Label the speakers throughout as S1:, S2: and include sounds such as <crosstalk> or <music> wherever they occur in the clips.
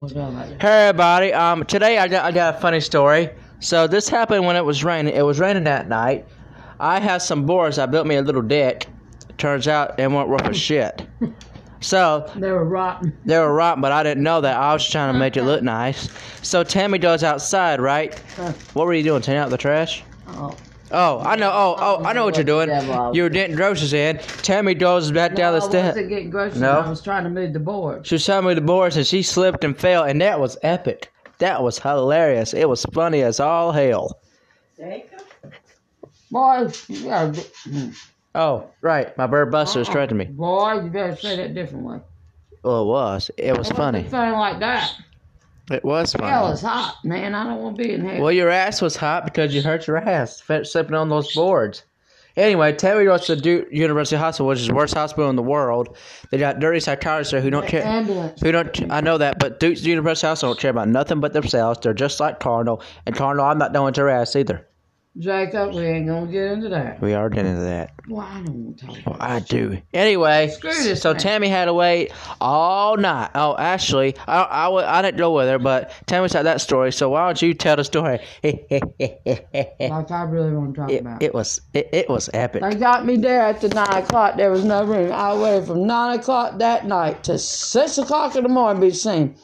S1: What's wrong about you?
S2: Hey everybody, um, today I got, I got a funny story. So this happened when it was raining. It was raining that night. I had some boards. I built me a little deck. Turns out it weren't worth a shit. So
S1: They were rotten.
S2: they were rotten, but I didn't know that. I was trying to make it look nice. So Tammy goes outside, right?
S1: Huh.
S2: What were you doing? Taking out the trash?
S1: Oh.
S2: Oh, I know. Oh, oh, I know what you're doing. You were getting groceries in. Tammy goes back down the
S1: No, I
S2: steps.
S1: wasn't getting groceries.
S2: No?
S1: I was trying to move the board.
S2: She was telling me the boards and she slipped and fell, and that was epic. That was hilarious. It was funny as all hell.
S1: Boy, you gotta be-
S2: Oh, right. My bird buster was trying to me.
S1: Boy, you better say that different way.
S2: Well, it was. It was funny.
S1: Something like that.
S2: It was
S1: Hell,
S2: funny.
S1: it's hot, man. I don't want to be in here.
S2: Well, your ass was hot because you hurt your ass fi- slipping on those boards. Anyway, Terry goes to Duke University Hospital, which is the worst hospital in the world. They got dirty psychiatrists there who don't care.
S1: Ambulance.
S2: Who don't? I know that, but Duke's University Hospital don't care about nothing but themselves. They're just like Cardinal, and Cardinal, I'm not doing to your ass either.
S1: Jacob, we ain't gonna get into that.
S2: We are getting into that.
S1: Well, I don't want to talk.
S2: Well, Oh, I do. Anyway,
S1: Screw this
S2: so
S1: thing.
S2: Tammy had to wait all night. Oh, actually, I, I, wa- I didn't go with her, but Tammy said that story. So why don't you tell the story? <laughs> it,
S1: Like I really want to talk about.
S2: it was it, it was epic.
S1: They got me there at the nine o'clock. There was no room. I waited from nine o'clock that night to six o'clock in the morning. Be seen.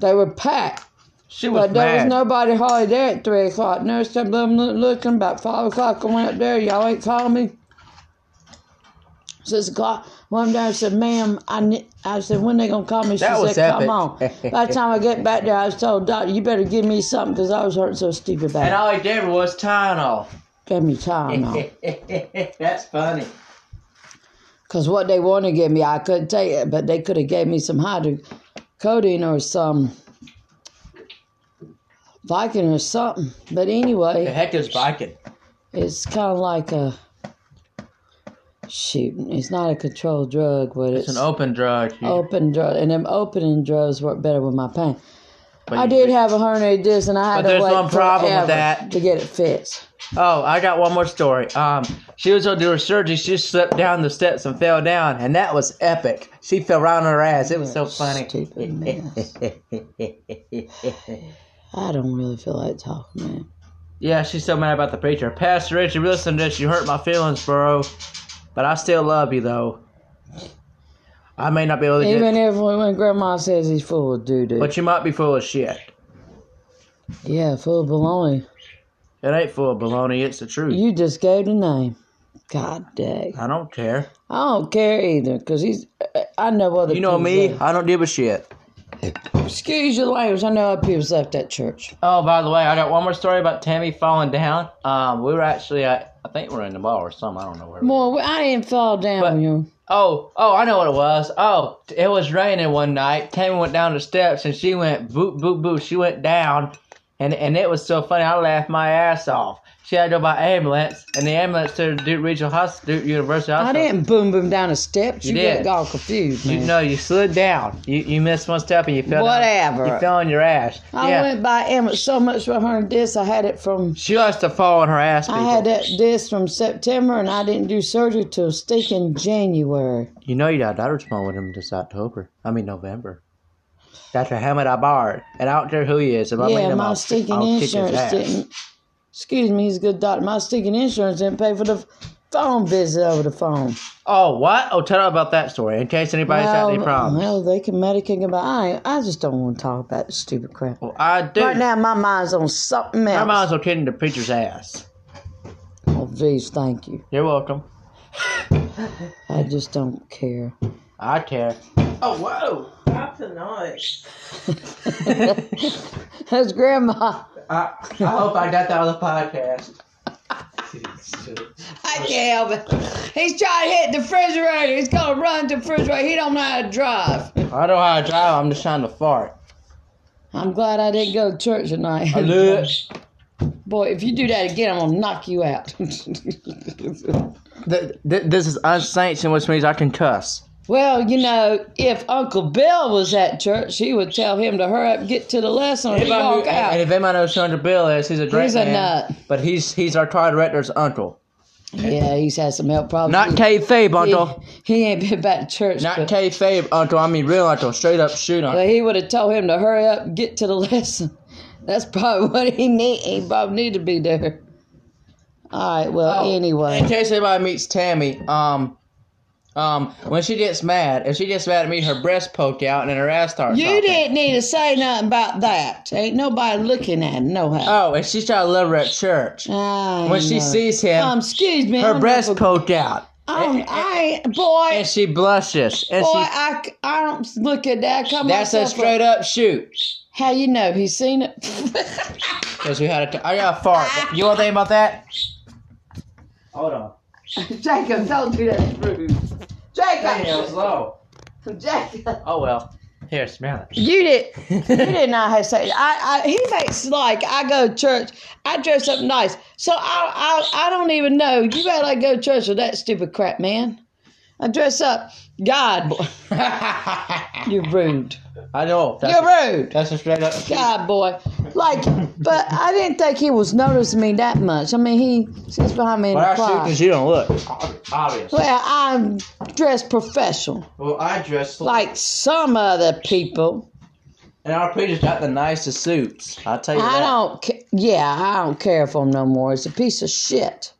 S1: They were packed,
S2: She was
S1: but there
S2: mad.
S1: was nobody hardly there at three o'clock. Nurse kept looking, looking. About five o'clock, I went up there. Y'all ain't calling me. Six o'clock. One day I said, "Ma'am, I ne-, I said when they gonna call me?" She
S2: That was
S1: said,
S2: epic.
S1: "Come on." By the time I get back there, I was told, "Doctor, you better give me something because I was hurting so stupid
S2: and
S1: bad."
S2: all he did was Tylenol.
S1: Gave me Tylenol.
S2: <laughs> That's funny.
S1: Because what they wanted to give me, I couldn't take it, but they could have gave me some hydrocodone or some Viking or something. But
S2: The
S1: anyway,
S2: heck is Viking?
S1: it's kind of like a shoot. It's not a controlled drug, but
S2: It's
S1: it's,
S2: an open drug. you-
S1: open drug. And them opening drugs work better with my pain.
S2: but
S1: I
S2: you-
S1: did have a hernia disc, and I had
S2: But
S1: to
S2: there's
S1: wait
S2: one problem
S1: forever
S2: with that.
S1: to get it fixed.
S2: Oh, I got one more story. Um, she was on her surgery. She slipped down the steps and fell down, and that was epic. She fell right on her ass. It was so funny.
S1: Stupid
S2: <laughs>
S1: mess. I don't really feel like talking, man.
S2: yeah, she's so mad about the preacher. Pastor Richie, listen to this. You hurt my feelings, bro. But I still love you, though. I may not be able to get,
S1: Even if when when grandma says he's full of doo doo.
S2: but you might be full of shit.
S1: Yeah, full of baloney.
S2: It ain't full of baloney. It's the truth.
S1: You just gave the name. God dang.
S2: I don't care.
S1: I don't care either, because he's. I know other
S2: You know
S1: people
S2: me.
S1: left-
S2: I don't give a shit.
S1: Excuse your language. I know other people's left that church.
S2: Oh, by the way, I got one more story about Tammy falling down. Um, we were actually at, I think we are in the bar or something. I don't know where. we were.
S1: Boy, I didn't fall down
S2: But-
S1: you.
S2: Oh, oh, I know what it was. Oh, it was raining one night. Tammy went down the steps and she went boop, boop, boop. She went down, and and it was so funny. I laughed my ass off. She had to go by ambulance, and the ambulance to Duke Regional Hospital, Duke University
S1: I
S2: Hospital.
S1: didn't boom boom down the steps.
S2: You
S1: You,
S2: did.
S1: get all confused,
S2: You,
S1: man.
S2: no, you slid down. You you missed one step and you fell. down.
S1: Whatever.
S2: You fell on your ass.
S1: I
S2: yeah.
S1: went by Emmett so much from her disc. I had it from.
S2: she likes to fall on her ass. People.
S1: I had that disc from September, and I didn't do surgery till stinking January.
S2: You know you got daughter tomorrow with him this October. I mean November. Dr. Hamid Abar. And I don't care who he is. If I meet
S1: Yeah,
S2: him,
S1: my
S2: I'll,
S1: stinking
S2: I'll kick his
S1: insurance
S2: ass.
S1: didn't. Excuse me, he's a good doctor. My stinking insurance didn't pay for the phone visit over the phone.
S2: Oh, what? Oh, tell her about that story in case anybody's had any problems. Well,
S1: well, they can medicate about. I, ain't- I just don't want to talk about this stupid crap.
S2: I do.
S1: Right now, my mind's on something else.
S2: I might as well kick the preacher's ass.
S1: oh, geez, thank you.
S2: You're welcome.
S1: I just don't care. <laughs>
S2: I care. Oh, whoa.
S3: Stop the noise.
S1: That's Grandma.
S2: I, I hope I got that on the podcast.
S1: I can't help it. He's trying to hit the refrigerator. He's gonna run to the refrigerator. He don't know how to drive.
S2: I don't know how to drive. I'm just trying to fart.
S1: I'm glad I didn't go to church tonight.
S2: I look.
S1: Boy, if you do that again, I'm gonna knock you out. <laughs>
S2: Th- th- this is unsanctioned, which means I can cuss.
S1: well, you know, if Uncle Bill was at church, he would tell him to hurry up, get to the lesson, or
S2: Anybody
S1: walk
S2: who-
S1: out.
S2: And if anybody knows who Hunter Bill is, he's a great
S1: He's a
S2: man,
S1: nut.
S2: But he's he's our car director's uncle.
S1: Yeah, he's had some health problems.
S2: Not
S1: He-
S2: kayfabe,
S1: he,
S2: Uncle.
S1: he ain't been back to church.
S2: Not
S1: but-
S2: kayfabe, Uncle. I mean real, Uncle. Straight up shoot, Uncle.
S1: But he would have told him to hurry up, and get to the <laughs> lesson. That's probably what he need. He probably need to be there. All right. Well,
S2: Oh, In
S1: anyway,
S2: case anybody meets Tammy, um, um, when she gets mad, if she gets mad at me, her breast poked out and her ass starts.
S1: you
S2: popping.
S1: didn't need to say nothing about that. Ain't nobody looking at him, no how.
S2: Oh, and she's trying to love her at church.
S1: I
S2: Uh, When she
S1: know.
S2: sees him,
S1: um, excuse me,
S2: her
S1: I'm
S2: breast
S1: not-
S2: poked out,
S1: I'm- I ain't- boy,
S2: and she blushes, and
S1: boy,
S2: she.
S1: I, c- I don't look at that. Come
S2: That's a straight up shoot.
S1: How you know he's seen it?
S2: Cause we had a t- I got a fart.
S1: Ah.
S2: You want to think about that? Hold on.
S1: <laughs> Jacob, don't do that, rude. Jacob,
S2: slow.
S1: Jacob.
S2: Oh well. Here, smell it.
S1: You did. You
S2: <laughs> That's
S1: did not have sex. I, I, he makes like I go to church. I dress up nice, so I, I, I don't even know. You better like go to church with that stupid crap, man. I dress up. God, boy,
S2: I
S1: you're rude.
S2: know. That's,
S1: you're rude.
S2: that's a straight up. shoot.
S1: God, boy. Like, but I didn't think he was noticing me that much. I mean, he sits behind me in
S2: But
S1: the
S2: I shoot
S1: choir.
S2: because you don't look. Obvious.
S1: Well, I'm dressed professional,
S2: Well, I dress
S1: like some other people.
S2: and our preacher's got the nicest suits. I'll tell you
S1: I
S2: that.
S1: don't. Ca- yeah, I don't care for him no more. It's a piece of shit.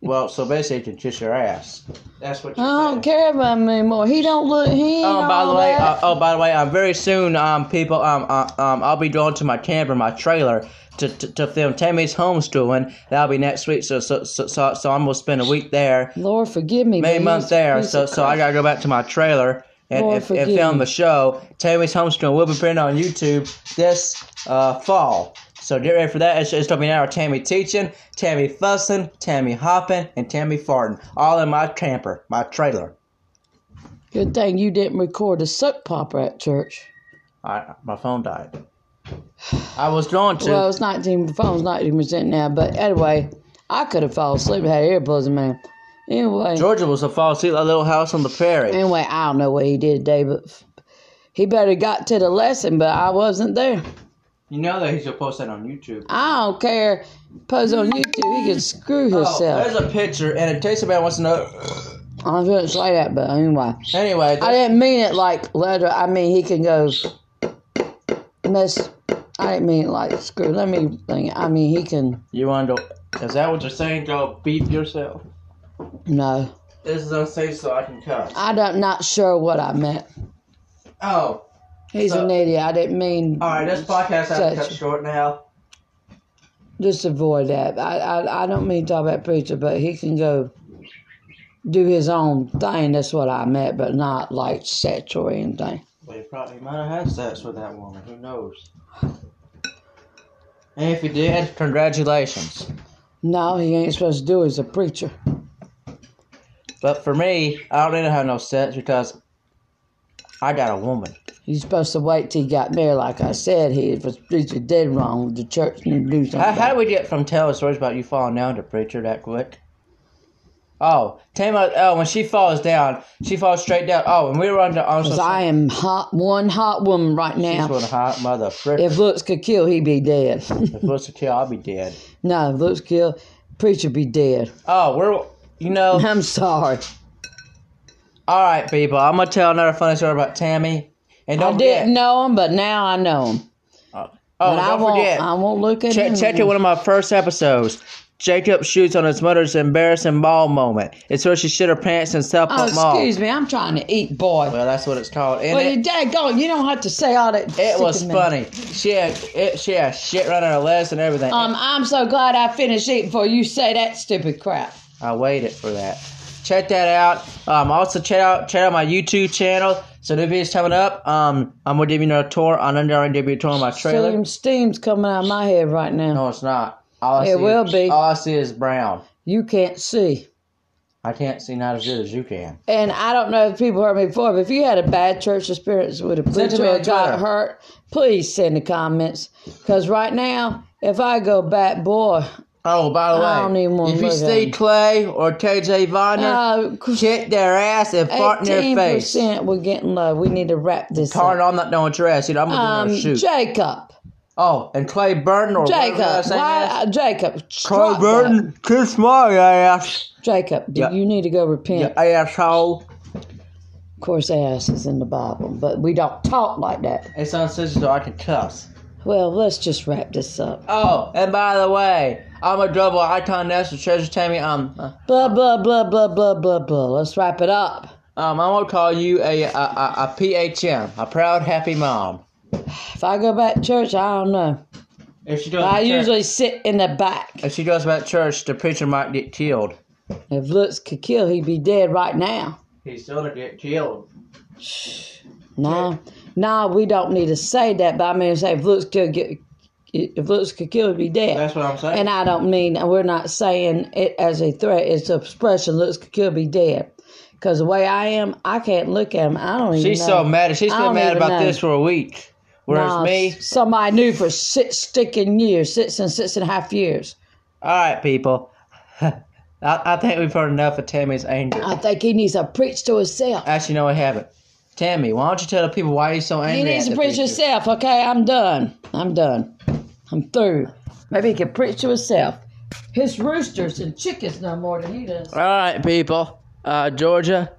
S2: Well, so basically, you can kiss your ass. That's what. You're
S1: I
S2: saying.
S1: don't care about him anymore. He don't look. He ain't
S2: Oh, by
S1: all
S2: the way,
S1: that.
S2: uh, oh, by the way, um, very soon, um, people, um, uh, um, I'll be going to my camper, my trailer, to, to, to film Tammy's homeschooling. That'll be next week, so so so, so, so I'm gonna spend a week there,
S1: Lord forgive me.
S2: May
S1: but
S2: month
S1: he's a
S2: there.
S1: piece
S2: So
S1: of
S2: so I
S1: crap.
S2: gotta go back to my trailer and,
S1: Lord,
S2: and, and
S1: forgive
S2: film
S1: me.
S2: the show. Tammy's homeschooling will be putting on YouTube this uh fall. So get ready for that. It's, it's gonna be an hour of Tammy teaching, Tammy fussing, Tammy hopping, and Tammy farting, all in my camper, my trailer.
S1: Good thing you didn't record a soap opera at church.
S2: I, my phone died. I was going to.
S1: Well, it's nineteen. The phone's nineteen percent now. But anyway, I could have fallen asleep and had earplugs in man. Anyway,
S2: Georgia was a fall asleep, a little house on the prairie.
S1: anyway, I don't know what he did today, but f- he better got to the lesson. But I wasn't there.
S2: You know that he's gonna post that on YouTube.
S1: I don't care. Post on YouTube. He can screw
S2: Oh, there's
S1: himself.
S2: a picture, and it takes about wants to know.
S1: I was going to say that, but anyway.
S2: Anyway,
S1: I
S2: there's,
S1: didn't mean it like letter. I mean he can go miss. I didn't mean it like screw. Let me think. I mean he can.
S2: you want to? Is that what you're saying? Go beat yourself.
S1: No,
S2: This is unsafe, so I can cut.
S1: I don't. Not sure what I meant.
S2: Oh,
S1: He's
S2: So-
S1: an idiot. I didn't mean.
S2: all right. This podcast has to cut
S1: Such-
S2: short now.
S1: Just avoid that. I, I I don't mean to talk about preacher, but he can go do his own thing. That's what I meant, but not like sex or anything.
S2: Well, he probably might have had sex with that woman. Who knows? And if he did, congratulations.
S1: No, he ain't supposed to do. it. He's a preacher.
S2: But for me, I don't need to have no sex because I got a woman.
S1: He's supposed to wait till he got married. Like I said, he was preacher dead wrong. The church need to do something.
S2: How, how do we get from telling stories about you falling down to preacher that quick? Oh, Tama, oh, when she falls down, she falls straight down. Oh, and we were under on
S1: Because I am hot, one hot woman right
S2: She's
S1: now.
S2: one hot mother frick.
S1: If looks could kill, he'd be dead. <laughs>
S2: If looks to kill, I'll be dead.
S1: no, if looks kill, preacher be dead. <laughs>
S2: Oh, we're you know.
S1: I'm sorry.
S2: All right, people. I'm gonna tell another funny story about Tammy. And don't
S1: I didn't
S2: forget.
S1: know him, but now I know him.
S2: Oh,
S1: but I
S2: don't
S1: won't.
S2: forget.
S1: I won't look at him.
S2: Check, check out one of my first episodes. Jacob shoots on his mother's embarrassing ball moment. It's where she shit her pants in
S1: Oh,
S2: Southport Mall.
S1: excuse me. I'm trying to eat, boy.
S2: Well, that's what it's called. And
S1: well,
S2: it-
S1: you daggone, you don't have to say all that.
S2: It was
S1: sickening.
S2: funny. She had it, she had shit right on her legs and everything.
S1: Um, I'm so glad I finished eating before you say that stupid crap.
S2: I waited for that. Check that out. Um, also check out check out my YouTube channel. So the video's coming up. Um, I'm gonna give you a tour. I'm gonna give you a tour of my trailer.
S1: Steam, steam's coming out of my head right now.
S2: No, it's not. All I
S1: It
S2: see
S1: will
S2: is,
S1: be.
S2: All I see is brown.
S1: You can't see.
S2: I can't see not as good as you can.
S1: And I don't know if people heard me before, but if you had a bad church experience with a
S2: Send it to
S1: preacher
S2: me on
S1: that got
S2: Twitter.
S1: hurt, please send the comments. Because right now, if I go back, boy,
S2: Oh, by the way,
S1: I don't even wanna
S2: if you
S1: look at
S2: see
S1: it.
S2: Clay or KJ Viner,
S1: uh,
S2: kick their ass and fart in their face.
S1: 18% we're getting low. We need to wrap this
S2: Tarn
S1: up.
S2: on that no dress. You know, I'm gonna give
S1: Um,
S2: her a shoot.
S1: Jacob,
S2: Oh, and Clay Burton or whatever
S1: Jacob,
S2: that thing
S1: why,
S2: is.
S1: uh, Jacob,
S2: Clay
S1: stop that.
S2: Burton, kiss my ass,
S1: Jacob, do
S2: Yeah.
S1: you need to go repent?
S2: you asshole.
S1: Of course, ass is in the Bible, but we don't talk like that.
S2: It's on Sisters so I can cuss.
S1: Well, let's just wrap this up.
S2: Oh, and by the way, I'm a double icon nest of treasure Tammy. Um, uh,
S1: Blah blah blah blah blah blah blah. Let's wrap it up.
S2: um, I'm gonna call you a a, a, a PHM, a proud happy mom.
S1: If I go back to church, I don't know.
S2: If she goes,
S1: I
S2: to church-
S1: usually sit in the back.
S2: if she goes back to church, the preacher might get killed.
S1: If looks could kill, he'd be dead right now.
S2: He's still gonna get killed.
S1: No, no, we don't need to say that. But I mean, say if looks could get, if looks could kill, he'd be dead.
S2: That's what I'm saying.
S1: And I don't mean we're not saying it as a threat. It's an expression. Looks could kill, be dead. Because the way I am, I can't look at him. I don't even.
S2: She's
S1: know.
S2: so mad. She's
S1: I
S2: been
S1: don't
S2: mad
S1: even
S2: about
S1: know.
S2: this for a week. Whereas
S1: Nah,
S2: me,
S1: somebody knew for six sticking years, six and six and a half years.
S2: all right, people. <laughs> I, I think we've heard enough of Tammy's anger.
S1: I think he needs to preach to himself.
S2: Actually, no, I haven't. Tammy, why don't you tell the people why you're so angry?
S1: He needs
S2: at
S1: to
S2: the
S1: preach
S2: preacher?
S1: himself, okay? I'm done. I'm done. I'm through. Maybe he can preach to himself. His roosters and chickens no more than he
S2: <laughs>
S1: does.
S2: All right, people. Uh, Georgia.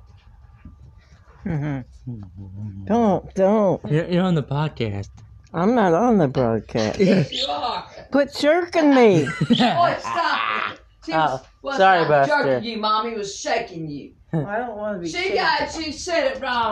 S3: Don't, don't.
S2: You're, you're on the podcast.
S3: I'm not on
S2: <laughs>
S3: the broadcast.
S1: You are.
S3: Quit jerking me.
S1: Boy, <laughs> stop it. She was,
S2: Oh,
S1: was
S2: sorry
S1: not
S2: about
S1: jerking
S2: that.
S1: you, Mommy. was shaking you.
S3: <laughs> I don't want to be.
S1: She got, she said it wrong.